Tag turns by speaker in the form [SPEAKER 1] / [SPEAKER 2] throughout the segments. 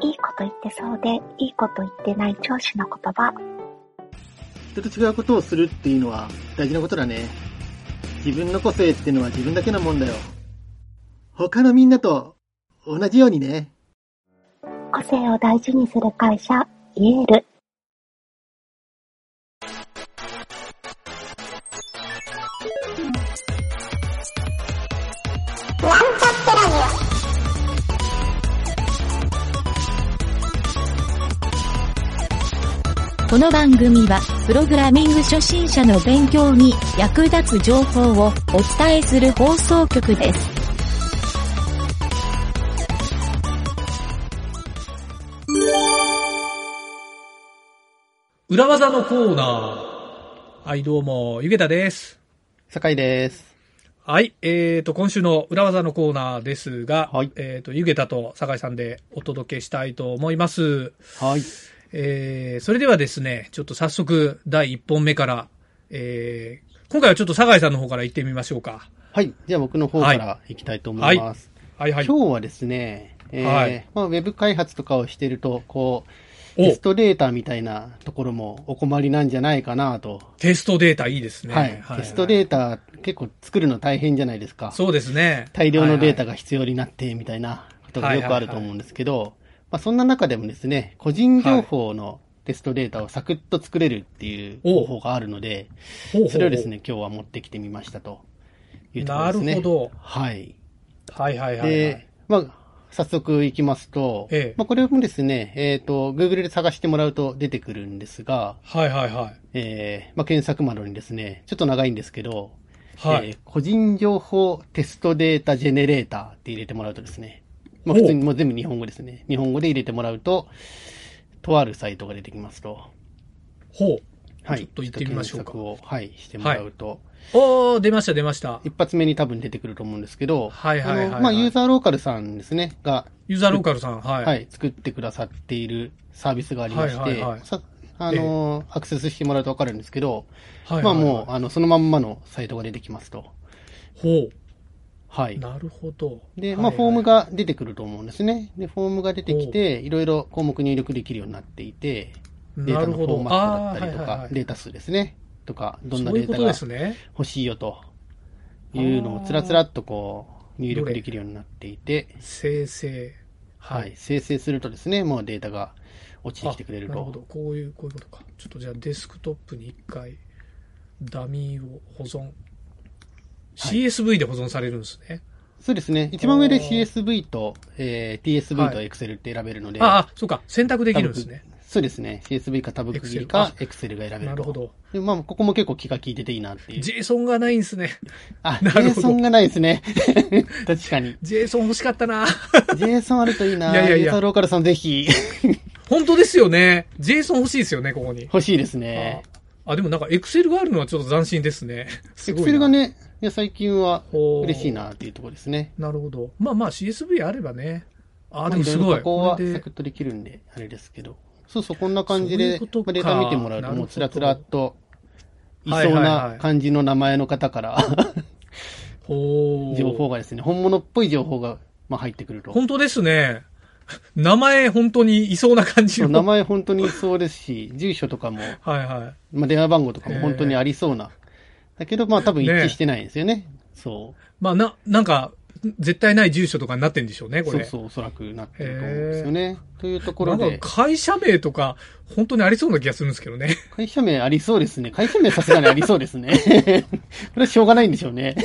[SPEAKER 1] いいこと言ってそうで、いいこと言ってない上司の言葉。
[SPEAKER 2] 人と違うことをするっていうのは大事なことだね。自分の個性ってのは自分だけのもんだよ。他のみんなと同じようにね。
[SPEAKER 1] 個性を大事にする会社、イエール。
[SPEAKER 3] この番組は、プログラミング初心者の勉強に役立つ情報をお伝えする放送局です。
[SPEAKER 4] 裏技のコーナー。はい、どうも、ゆげたです。
[SPEAKER 5] 酒井です。
[SPEAKER 4] はい、えーと、今週の裏技のコーナーですが、
[SPEAKER 5] はい
[SPEAKER 4] えーと、ゆげたと酒井さんでお届けしたいと思います。
[SPEAKER 5] はい。
[SPEAKER 4] えー、それではですね、ちょっと早速、第1本目から、えー、今回はちょっと酒井さんの方から行ってみましょうか。
[SPEAKER 5] はい。じゃあ僕の方からいきたいと思います。
[SPEAKER 4] はいはい。
[SPEAKER 5] 今日はですね、えー
[SPEAKER 4] はい
[SPEAKER 5] まあ、ウェブ開発とかをしてると、こう、
[SPEAKER 4] お
[SPEAKER 5] テストデータみたいなところもお困りなんじゃないかなと。
[SPEAKER 4] テストデータいいですね。
[SPEAKER 5] はい、テストデー
[SPEAKER 4] タ。
[SPEAKER 5] タ結構作るの大変じゃないですか。
[SPEAKER 4] そうですね。
[SPEAKER 5] 大量のデータ
[SPEAKER 4] が。
[SPEAKER 5] が必要になってみたいなことがよくあると思うんですけど、まあ、そんな中でもですね、個人情報のテストデータをサクッと作れるっていう
[SPEAKER 4] お
[SPEAKER 5] 方法があるので、
[SPEAKER 4] ほうほうほう
[SPEAKER 5] それをです。ね、今日は持ってきてみましたというところ
[SPEAKER 4] な
[SPEAKER 5] です
[SPEAKER 4] る
[SPEAKER 5] ね。
[SPEAKER 4] ほど。
[SPEAKER 5] はい。
[SPEAKER 4] はいはいはい、はい。
[SPEAKER 5] で、まあ、早速いきますと、
[SPEAKER 4] ええ
[SPEAKER 5] まあ、これもですね、えっ、と、Google で探してもらうと出てくるんですが、
[SPEAKER 4] はいはいはい。
[SPEAKER 5] えーまあ、検索窓にですね、ちょっと長いんですけど、
[SPEAKER 4] はい。
[SPEAKER 5] えー個人情報テストデータジェネレーターって入れてもらうとですね、まあ、普通にもう全部日本語ですね。日本語で入れてもらうと、とあるサイトが出てきますと。
[SPEAKER 4] ほう。
[SPEAKER 5] はい。
[SPEAKER 4] ちょっと行ってみましょうか
[SPEAKER 5] ちょっと検索を、はい、してもらうと、
[SPEAKER 4] おー、出ました出ました。
[SPEAKER 5] 一発目に多分出てくると思うんですけど、
[SPEAKER 4] はいはいはいはい
[SPEAKER 5] あのまあ、ユーザーローカルさんですね、が、
[SPEAKER 4] ユーザーローカルさん、はい。
[SPEAKER 5] はい、作ってくださっているサービスがありまして、
[SPEAKER 4] はいはいはい
[SPEAKER 5] さあのーアクセスしてもらうとわかるんですけど、
[SPEAKER 4] はいはいはい
[SPEAKER 5] まあもう、あの、そのまんまのサイトが出てきますと。
[SPEAKER 4] ほ
[SPEAKER 5] は
[SPEAKER 4] う。
[SPEAKER 5] い。
[SPEAKER 4] なるほど。
[SPEAKER 5] で、
[SPEAKER 4] はい
[SPEAKER 5] まあ、
[SPEAKER 4] はい
[SPEAKER 5] フォーム。が出てくると思うんですね。で、フォームが出てきて、いろいろ項目入力できるようになっていて、データ
[SPEAKER 4] なる
[SPEAKER 5] のフォ
[SPEAKER 4] ほ
[SPEAKER 5] ー
[SPEAKER 4] ど。
[SPEAKER 5] マ
[SPEAKER 4] あ
[SPEAKER 5] ットだったりと
[SPEAKER 4] ーはいはい
[SPEAKER 5] か、
[SPEAKER 4] はい
[SPEAKER 5] データ数ですね。とか、どんな
[SPEAKER 4] そう
[SPEAKER 5] デ
[SPEAKER 4] いう
[SPEAKER 5] ー
[SPEAKER 4] こ
[SPEAKER 5] タ
[SPEAKER 4] とで
[SPEAKER 5] が
[SPEAKER 4] すね。
[SPEAKER 5] 欲しいよというのをつらつらっとこう、入力できるようになっていて、
[SPEAKER 4] 生成。
[SPEAKER 5] はい。。生成するとですね、もうデータが落ちてきてくれる
[SPEAKER 4] あなるほ
[SPEAKER 5] と
[SPEAKER 4] ど。。こういう、こういうことか。ちょっとじゃあデスクトップに一回、ダミーを保存。CSV で保存されるんですね。
[SPEAKER 5] そうですね。一番上で
[SPEAKER 4] お
[SPEAKER 5] CSV と、えー、TSV と Excel って選べるので、
[SPEAKER 4] ああ、そうか。選択できるんですね。
[SPEAKER 5] タブ区そうですね。CSV かタブ区切りか Excel が選べると。
[SPEAKER 4] なるほど。
[SPEAKER 5] でまあ、ここも結構気が利いてていいなっていう。
[SPEAKER 4] JSON がないんですね。
[SPEAKER 5] あ、
[SPEAKER 4] なるほど
[SPEAKER 5] JSON がないですね。 確かに。
[SPEAKER 4] JSON 欲しかったな。
[SPEAKER 5] JSON あるといいな。
[SPEAKER 4] いやいやいや
[SPEAKER 5] ユーザーローカルさんぜひ
[SPEAKER 4] 本当ですよね。JSON 欲しいですよね、ここに。
[SPEAKER 5] 欲しいですね。
[SPEAKER 4] あ、でもなんか Excel があるのはちょっと斬新ですね。 すごいな
[SPEAKER 5] Excel がね、いや最近は
[SPEAKER 4] ほう
[SPEAKER 5] 嬉しいなっていうところですね。
[SPEAKER 4] なるほど。まあまあ CSV あればね。あ、
[SPEAKER 5] ま
[SPEAKER 4] でもすごい。
[SPEAKER 5] ろろ加工は
[SPEAKER 4] これ
[SPEAKER 5] サ
[SPEAKER 4] で
[SPEAKER 5] クッとできるんで、あれですけど。そうそう、こんな感じ
[SPEAKER 4] そうい
[SPEAKER 5] で、
[SPEAKER 4] うこと
[SPEAKER 5] まあ
[SPEAKER 4] か
[SPEAKER 5] データ見てもらうと、
[SPEAKER 4] なる
[SPEAKER 5] も
[SPEAKER 4] ほ
[SPEAKER 5] う
[SPEAKER 4] ど
[SPEAKER 5] つらつらっと、い
[SPEAKER 4] はい
[SPEAKER 5] そう
[SPEAKER 4] はいはい
[SPEAKER 5] な感じの名前の方から、
[SPEAKER 4] ほ う
[SPEAKER 5] 情報がですね、本物っぽい情報が、まあ、入ってくると。
[SPEAKER 4] 本当ですね。名前本当にいそうな感じ
[SPEAKER 5] そう
[SPEAKER 4] の。
[SPEAKER 5] 名前本当にいそうですし、住所とかも、
[SPEAKER 4] はいはい。
[SPEAKER 5] まあ、電話番号とかも本当にありそうな。だけど、まあ多分一致してないんですよね。そ
[SPEAKER 4] まあな、なんか、絶対ない住所とかになってんでしょうね、
[SPEAKER 5] う。
[SPEAKER 4] こ
[SPEAKER 5] そ
[SPEAKER 4] れ。
[SPEAKER 5] うそう、おそらくなってると思うんですよね。というところ
[SPEAKER 4] なん
[SPEAKER 5] で、
[SPEAKER 4] か会社名とか、本当にありそうな気がするんですけどね。
[SPEAKER 5] 会社名ありそうですね。会社名さすがにありそうですね。 これはしょうがないんでしょうね。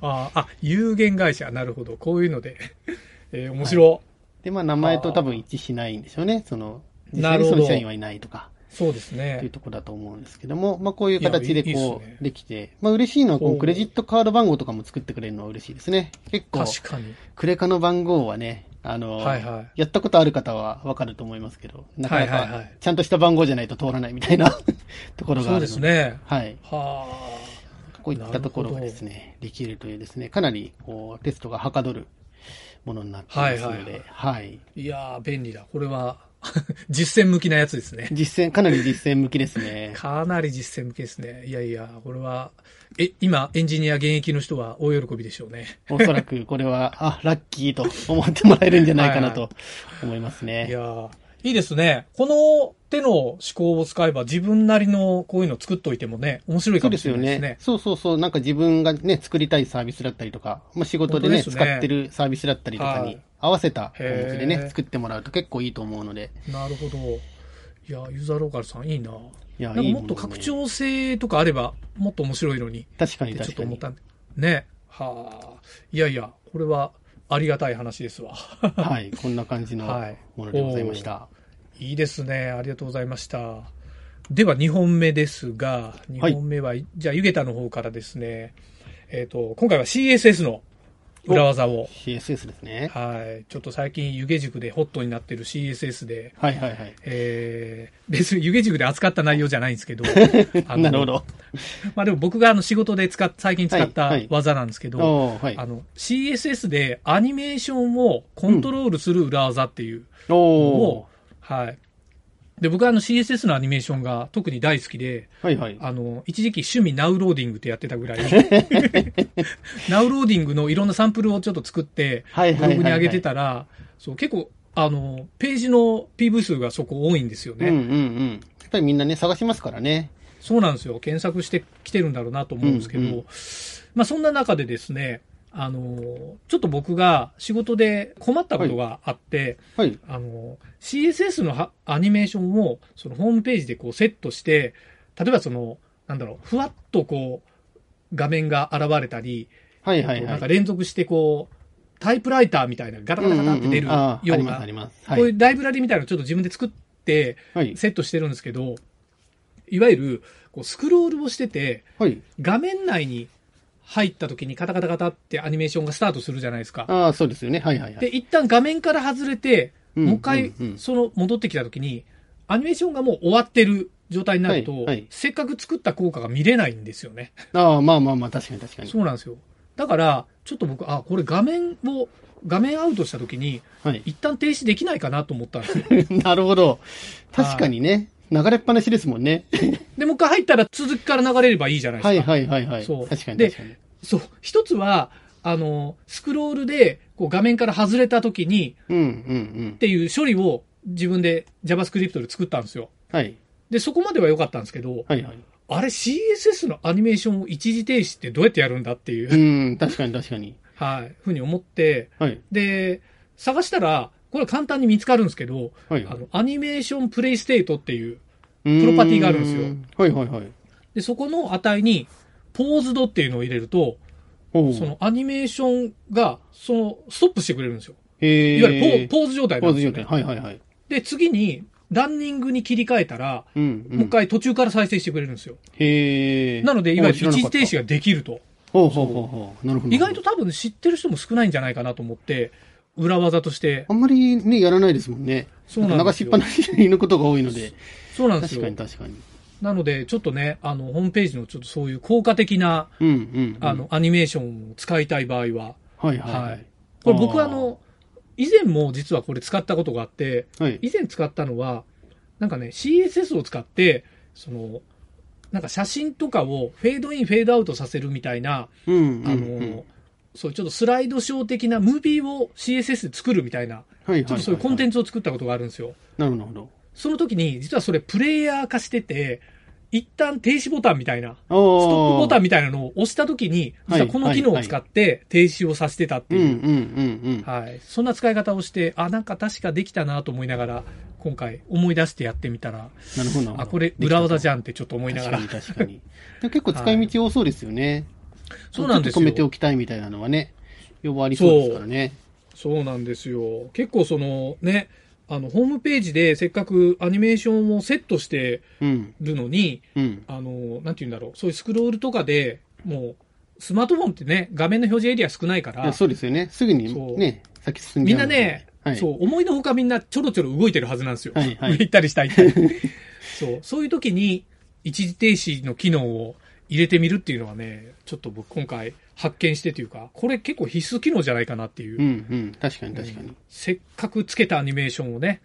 [SPEAKER 4] ああ、有限会社。なるほど。こういうので。 えー、面白、
[SPEAKER 5] で、まあ名前と多分一致しないんでしょうね。その、実
[SPEAKER 4] な
[SPEAKER 5] 際
[SPEAKER 4] る
[SPEAKER 5] に
[SPEAKER 4] ほ
[SPEAKER 5] そ
[SPEAKER 4] ど
[SPEAKER 5] の社員はいないとか、
[SPEAKER 4] そうです
[SPEAKER 5] という
[SPEAKER 4] ね。
[SPEAKER 5] ところだと思うんですけども、まあこういう形で
[SPEAKER 4] いやいいいいっ
[SPEAKER 5] こ
[SPEAKER 4] すね
[SPEAKER 5] う、できて、まあ嬉しいのはこ
[SPEAKER 4] ほ
[SPEAKER 5] う、
[SPEAKER 4] う
[SPEAKER 5] クレジットカード番号とかも作ってくれるのは嬉しいですね。結構、
[SPEAKER 4] 確かに。
[SPEAKER 5] クレカの番号はね、あの、
[SPEAKER 4] はいはい
[SPEAKER 5] やったことある方はわかると思いますけど、なかな
[SPEAKER 4] はいはいは
[SPEAKER 5] か
[SPEAKER 4] い
[SPEAKER 5] ちゃんとした番号じゃないと通らないみたいな ところが
[SPEAKER 4] そ
[SPEAKER 5] あるので、
[SPEAKER 4] うですね。
[SPEAKER 5] はい。
[SPEAKER 4] は
[SPEAKER 5] こういったところがですね、できるというですね、かなりこうテストがはかどるものになっていますので、
[SPEAKER 4] は
[SPEAKER 5] はい
[SPEAKER 4] いはいいやー、便利だ。これは、 実践向きなやつですね。
[SPEAKER 5] 実践、かなり実践向きですね。
[SPEAKER 4] かなり実践向きですね。いやいや、これは、え、今、エンジニア現役の人は大喜びでしょうね。
[SPEAKER 5] おそらくこれは、あ、ラッキーと思ってもらえるんじゃないかなと思います
[SPEAKER 4] い
[SPEAKER 5] ね。
[SPEAKER 4] やーいいですね。この手の思考を使えば自分なりのこういうの作っといてもね、面白い
[SPEAKER 5] そ
[SPEAKER 4] か
[SPEAKER 5] う
[SPEAKER 4] も
[SPEAKER 5] で
[SPEAKER 4] し
[SPEAKER 5] す
[SPEAKER 4] れ
[SPEAKER 5] よ
[SPEAKER 4] ないです
[SPEAKER 5] ね
[SPEAKER 4] ね。。
[SPEAKER 5] そうそうそう。なんか自分がね、作りたいサービスだったりとか、まあ、仕事でね、
[SPEAKER 4] 本当です
[SPEAKER 5] 使
[SPEAKER 4] ね
[SPEAKER 5] ってるサービスだったりとか
[SPEAKER 4] は
[SPEAKER 5] に
[SPEAKER 4] い
[SPEAKER 5] 合わせた感じで
[SPEAKER 4] へー
[SPEAKER 5] ね、作ってもらうと結構いいと思うので。
[SPEAKER 4] なるほど。いや、ユーザーローカルさんいいな。
[SPEAKER 5] いや
[SPEAKER 4] なんか
[SPEAKER 5] いい
[SPEAKER 4] も
[SPEAKER 5] も
[SPEAKER 4] っ
[SPEAKER 5] の
[SPEAKER 4] と
[SPEAKER 5] ね
[SPEAKER 4] 拡張性とかあれば、もっと面白いのに。
[SPEAKER 5] 確かに
[SPEAKER 4] ってちょっ
[SPEAKER 5] 確か
[SPEAKER 4] と思っ
[SPEAKER 5] に。
[SPEAKER 4] たんで。ね。はあ。いやいや、これはありがたい話ですわ。
[SPEAKER 5] はい。こんな感じの
[SPEAKER 4] はい
[SPEAKER 5] ものでございました。
[SPEAKER 4] いいですね。ありがとうございました。では、2本目ですが、2本目は、じゃあ、ゆげたの方からですね、えっ、と、今回は CSS の裏技を、
[SPEAKER 5] CSS ですね。
[SPEAKER 4] はい、ちょっと最近、湯気塾でホットになってる CSS で、
[SPEAKER 5] はいはいはい。
[SPEAKER 4] えー、別に湯気塾で扱った内容じゃないんです けど、あの
[SPEAKER 5] なるほ。ど。
[SPEAKER 4] まあでも僕があの仕事で使っ、最近使った
[SPEAKER 5] はいはい
[SPEAKER 4] 技なんですけど、
[SPEAKER 5] おーはい。
[SPEAKER 4] あの、CSS でアニメーションをコントロールする裏技っていう
[SPEAKER 5] おー
[SPEAKER 4] を、はい。で、僕はあの CSS のアニメーションが特に大好きで、
[SPEAKER 5] はいはい。
[SPEAKER 4] あの、一時期趣味ナウローディングってやってた ぐらい、ナウローディングのいろんなサンプルをちょっと作って、
[SPEAKER 5] はい
[SPEAKER 4] ブ
[SPEAKER 5] はいはいはい
[SPEAKER 4] ログに上げてたら、そう、結構、あの、ページの PV 数がそこ多いんですよね。
[SPEAKER 5] うんうんうん。やっぱりみんなね、探しますからね。
[SPEAKER 4] そうなんですよ。検索してきてるんだろうなと思うんですけど、
[SPEAKER 5] うんうん
[SPEAKER 4] まあそんな中でですね、あの、ちょっと僕が仕事で困ったことがあって、
[SPEAKER 5] はい。
[SPEAKER 4] あの、CSS のはアニメーションをそのホームページでこうセットして、例えばその、なんだろう、ふわっとこう、画面が現れたり、
[SPEAKER 5] はいはい
[SPEAKER 4] な
[SPEAKER 5] は
[SPEAKER 4] んか
[SPEAKER 5] い。
[SPEAKER 4] 連続してこう、タイプライターみたいなガタガタガタって出る
[SPEAKER 5] うんうんうんあ
[SPEAKER 4] よ
[SPEAKER 5] ーあ
[SPEAKER 4] う
[SPEAKER 5] ります
[SPEAKER 4] な
[SPEAKER 5] あります。
[SPEAKER 4] こ
[SPEAKER 5] は
[SPEAKER 4] うい
[SPEAKER 5] い。
[SPEAKER 4] うライブラリみたいなのをちょっと自分で作って、
[SPEAKER 5] はい。
[SPEAKER 4] セットしてるんですけど、いわゆるこうスクロールをしてて、
[SPEAKER 5] はい。
[SPEAKER 4] 画面内に入った時にカタカタカタってアニメーションがスタートするじゃないですか。
[SPEAKER 5] ああ、そうですよね。はいはいは
[SPEAKER 4] で、
[SPEAKER 5] い。
[SPEAKER 4] 一旦画面から外れて、
[SPEAKER 5] うん
[SPEAKER 4] もう一回
[SPEAKER 5] うんうん
[SPEAKER 4] その戻ってきた時に、アニメーションがもう終わってる状態になると、
[SPEAKER 5] はいはい
[SPEAKER 4] せっかく作った効果が見れないんですよね。
[SPEAKER 5] ああ、まあまあまあ、確かに確かに。
[SPEAKER 4] そうなんですよ。だから、ちょっと僕、あ、これ画面を、画面アウトした時に、
[SPEAKER 5] はい。
[SPEAKER 4] 一旦停止できないかなと思ったんですよ。
[SPEAKER 5] なるほど。確かにね。流れっぱなしですもんね。
[SPEAKER 4] で、もう一回入ったら続きから流れればいいじゃないですか。
[SPEAKER 5] はいはいはいはい。
[SPEAKER 4] そう
[SPEAKER 5] 確かに
[SPEAKER 4] で
[SPEAKER 5] 確かに。
[SPEAKER 4] そう。一つは、あの、スクロールで、こう画面から外れた時に、
[SPEAKER 5] うんうんう
[SPEAKER 4] っ
[SPEAKER 5] ん。
[SPEAKER 4] ていう処理を自分で JavaScript で作ったんですよ。
[SPEAKER 5] はい。
[SPEAKER 4] で、そこまでは良かったんですけど、
[SPEAKER 5] はいはい。
[SPEAKER 4] あれ CSS のアニメーションを一時停止ってどうやってやるんだっていう、
[SPEAKER 5] うん、確かに確かに。
[SPEAKER 4] はい、ふうに思って、
[SPEAKER 5] はい。
[SPEAKER 4] で、探したら、これは簡単に見つかるんですけど、
[SPEAKER 5] はい
[SPEAKER 4] あ
[SPEAKER 5] はい。
[SPEAKER 4] の、アニメーションプレイステートっていう、
[SPEAKER 5] プ
[SPEAKER 4] ロパティがあるんですよ
[SPEAKER 5] はいはいはい。
[SPEAKER 4] で、そこの値に、ポーズドっていうのを入れると、
[SPEAKER 5] おう
[SPEAKER 4] そのアニメーションが、その、ストップしてくれるんですよ。
[SPEAKER 5] へえ。
[SPEAKER 4] いわゆるポーポーズ状態
[SPEAKER 5] ポ
[SPEAKER 4] な
[SPEAKER 5] ー
[SPEAKER 4] ん
[SPEAKER 5] ズ
[SPEAKER 4] ですよ
[SPEAKER 5] 状態。
[SPEAKER 4] ね
[SPEAKER 5] はいはいはい。
[SPEAKER 4] で、次に、ランニングに切り替えたら、
[SPEAKER 5] うん、うん。
[SPEAKER 4] もう一。回途中から再生してくれるんですよ。
[SPEAKER 5] へえ。
[SPEAKER 4] なので、いわゆる一時停止
[SPEAKER 5] が。
[SPEAKER 4] ができると。
[SPEAKER 5] ほうほうほうほう。なるほど。
[SPEAKER 4] 意外と。多分知ってる人も少ないんじゃないかなと思って、裏技として
[SPEAKER 5] あ。んまりね、やらないですもんね。
[SPEAKER 4] そうなんで
[SPEAKER 5] 流し
[SPEAKER 4] す
[SPEAKER 5] っ
[SPEAKER 4] よ
[SPEAKER 5] ぱなしにいることが多いので。
[SPEAKER 4] そうなんです
[SPEAKER 5] 確か
[SPEAKER 4] よ
[SPEAKER 5] に。確かに。
[SPEAKER 4] なので、ちょっとね、あの、ホームページのちょっとそういう効果的な、
[SPEAKER 5] うんうんうん。
[SPEAKER 4] あの、、アニメーションを使いたい場合は、
[SPEAKER 5] はいはい
[SPEAKER 4] は
[SPEAKER 5] はいい。
[SPEAKER 4] これ僕は
[SPEAKER 5] あ
[SPEAKER 4] あ
[SPEAKER 5] ー
[SPEAKER 4] の、以前も実はこれ使ったことがあって、
[SPEAKER 5] はい。
[SPEAKER 4] 以前使ったのは、なんかね、CSS を使って、その、なんか写真とかをフェードイン、フェードアウトさせるみたいな、
[SPEAKER 5] うんうん
[SPEAKER 4] あの、
[SPEAKER 5] うん。
[SPEAKER 4] そう、ちょっとスライドショー的なムービーを CSS で作るみたいな、
[SPEAKER 5] はいはいはいはい。
[SPEAKER 4] ちょっとそういうコンテ
[SPEAKER 5] ン
[SPEAKER 4] ンツを作ったことがあるんですよ。
[SPEAKER 5] ツ。なるほどなるほ
[SPEAKER 4] その時に、実はそれプレイヤー化してて、一旦停止ボタンみたいな、ス
[SPEAKER 5] ど。お
[SPEAKER 4] トップボタン
[SPEAKER 5] ン。
[SPEAKER 4] みたいなのを押した時に、
[SPEAKER 5] はい
[SPEAKER 4] 実はこの機能を使って停止をさせてたって
[SPEAKER 5] うんうん
[SPEAKER 4] いうう、
[SPEAKER 5] んうん。
[SPEAKER 4] はい。そんな使い方をして、あ、なんか確かできたなと思いながら、今回思い出してやってみたら、
[SPEAKER 5] なるほどなるほど。
[SPEAKER 4] あ、これ裏技じ
[SPEAKER 5] ゃ
[SPEAKER 4] ゃんってちょっと思いながら。
[SPEAKER 5] 確かに確かに。で結構使い道多そうですよね。
[SPEAKER 4] そうなんです
[SPEAKER 5] ちょっと止めて
[SPEAKER 4] よ
[SPEAKER 5] お。きたいみたいなのはね、要望ありそうですからね。
[SPEAKER 4] そうなんですよ。結構そのね、あの、ホームページでせっかくアニメーションをセットして
[SPEAKER 5] うん。
[SPEAKER 4] るのに、
[SPEAKER 5] うん。
[SPEAKER 4] あの、なんて言うんだろう、そういうスクロールとかでもう、スマートフォンってね、画面の表示エリア少ないか
[SPEAKER 5] いや
[SPEAKER 4] ら、
[SPEAKER 5] そうですよね。すぐ
[SPEAKER 4] そう
[SPEAKER 5] にね、先進ん
[SPEAKER 4] み
[SPEAKER 5] じゃ
[SPEAKER 4] ん
[SPEAKER 5] う
[SPEAKER 4] な
[SPEAKER 5] ので
[SPEAKER 4] ね、
[SPEAKER 5] はい。
[SPEAKER 4] そう、思いのほかみんなちょろちょろ動いてるはずなんですよ。
[SPEAKER 5] はいはい
[SPEAKER 4] 上行ったり下行ったり。 そう、そういう時に一時停止の機能を入れてみるっていうのはね、ちょっと僕今回発見してというか、これ結構必須機能じゃないかなっていう。
[SPEAKER 5] うんうん。確かに確かに。
[SPEAKER 4] せっかくつけたアニメーションをね、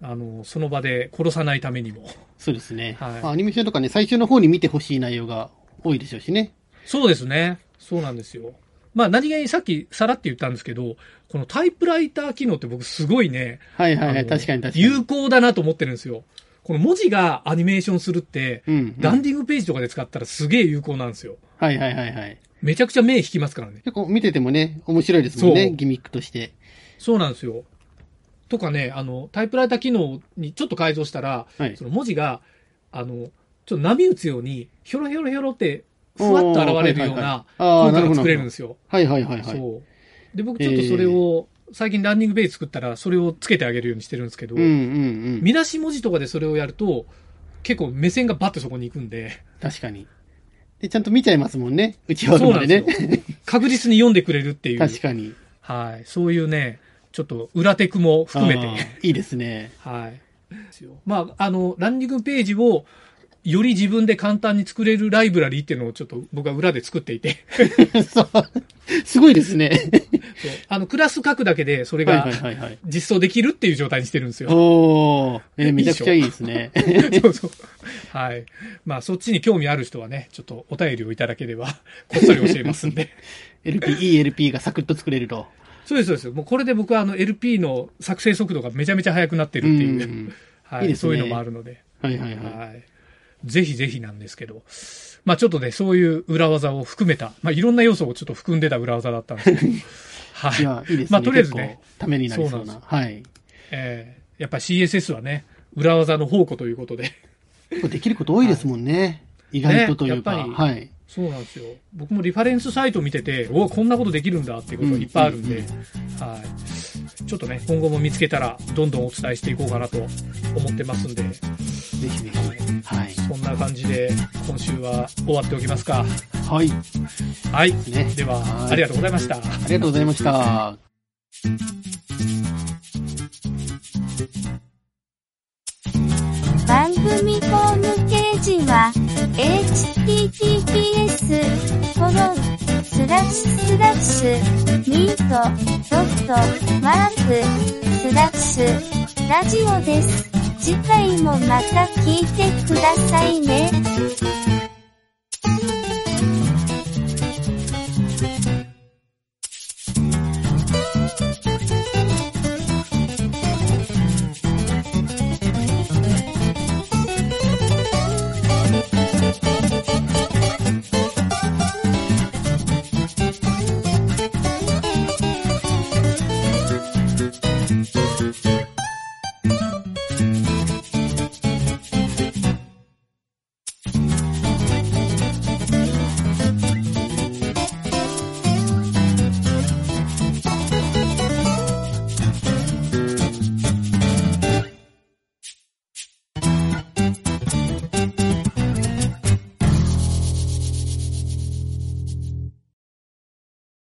[SPEAKER 4] あの、その場で殺さないためにも。
[SPEAKER 5] そうですね。
[SPEAKER 4] はい
[SPEAKER 5] まあアニメーションとかね、最終の方に見てほしい内容が多いでしょうしね。
[SPEAKER 4] そうですね。そうなんですよ。まあ何気にさっきさらって言ったんですけど、このタイプライター機能って僕すごいね、
[SPEAKER 5] はいはいは
[SPEAKER 4] あ
[SPEAKER 5] い、
[SPEAKER 4] の
[SPEAKER 5] 確かに確かに。
[SPEAKER 4] 有効だなと思ってるんですよ。この文字がアニメーションするって、
[SPEAKER 5] うんうん
[SPEAKER 4] ランディングページとかで使ったらすげえ有効なんですよ。
[SPEAKER 5] はいはいはいはい。
[SPEAKER 4] めちゃくちゃ目引きますからね。
[SPEAKER 5] 結構見ててもね、面白いですもんね、
[SPEAKER 4] そう
[SPEAKER 5] ギミックとして。
[SPEAKER 4] そうなんですよ。とかね、あの、タイプライター機能にちょっと改造したら、
[SPEAKER 5] はい
[SPEAKER 4] そ。の文字が、あの、ちょっと波打つように、ひょろひょろひょろって、ふわっと現れるような
[SPEAKER 5] おーはいはいはいあーな
[SPEAKER 4] 効果
[SPEAKER 5] るほ
[SPEAKER 4] が
[SPEAKER 5] ど
[SPEAKER 4] 作れるんですよ。
[SPEAKER 5] はいはいはいはい。
[SPEAKER 4] そう。で、僕ちょっとそれを、最近ランニングページ作ったら、それをつけてあげるようにしてるんですけど、
[SPEAKER 5] うんうんうん。
[SPEAKER 4] 見出し文字とかでそれをやると、結構目線がバッとそこに行くんで、
[SPEAKER 5] 確かに。で、ちゃんと見ちゃいますもんね。うちわまで
[SPEAKER 4] そうなん
[SPEAKER 5] ね。
[SPEAKER 4] 確実に読んでくれるっていう、
[SPEAKER 5] 確かに。
[SPEAKER 4] はい。そういうね、ちょっと裏テクも含めて、
[SPEAKER 5] あー。いいですね。
[SPEAKER 4] はい。ですよまあ、あの、ランディングページを、より自分で簡単に作れるライブラリーっていうのをちょっと僕は裏で作っていて、
[SPEAKER 5] そう。すごいですね。
[SPEAKER 4] そう あの、クラス書くだけでそれ
[SPEAKER 5] はいは
[SPEAKER 4] が
[SPEAKER 5] いはいはい。
[SPEAKER 4] 実装できるっていう状態にしてるんですよ。
[SPEAKER 5] おー、えーめちゃくちゃいいですね。
[SPEAKER 4] そうそう。はい。まあ、そっちに興味ある人はね、ちょっとお便りをいただければ、 こっそり教えますんで。
[SPEAKER 5] LP、いい LP がサクッと作れると。
[SPEAKER 4] そうです、そうです。もうこれで僕はあの LP の作成速度がめちゃめちゃ速くなって
[SPEAKER 5] う
[SPEAKER 4] るっていう、
[SPEAKER 5] ん。
[SPEAKER 4] はいい
[SPEAKER 5] いですね
[SPEAKER 4] そういうのもあるので、
[SPEAKER 5] はいはいはい。
[SPEAKER 4] はい。ぜひぜひなんですけど、まあちょっとね、そういう裏技を含めた、まあいろんな要素をちょっと含んでた裏技だったんです けど、はい
[SPEAKER 5] や、いいですね。
[SPEAKER 4] まあとりあえずね
[SPEAKER 5] 結構ためになりそう
[SPEAKER 4] そうな
[SPEAKER 5] な。
[SPEAKER 4] ん
[SPEAKER 5] はい。
[SPEAKER 4] えーやっぱ CSS はね、裏技の宝庫ということで、
[SPEAKER 5] 結構できること多いですもんね。意外とというか。
[SPEAKER 4] ねやっぱり
[SPEAKER 5] はい。
[SPEAKER 4] そうなんですよ。僕もリファレンスサイト見てて、おこんなことできるんだっていうことがいっぱいあるんで、
[SPEAKER 5] うんうん
[SPEAKER 4] はい。ちょっとね、今後も見つけたら、どんどんお伝えしていこうかなと思ってますんで、
[SPEAKER 5] ぜひぜひ。はい。
[SPEAKER 4] そんな感じで、今週は終わっておきますか。
[SPEAKER 5] はい。
[SPEAKER 4] はい。
[SPEAKER 5] ね。
[SPEAKER 4] では、
[SPEAKER 5] はい
[SPEAKER 4] ありがとうございました。
[SPEAKER 5] ありがとうございました。
[SPEAKER 6] 番組ホームページは https コロンスラッシュスラッシュミートドットマークスラッシュラジオです。次回もまた聞いてくださいね。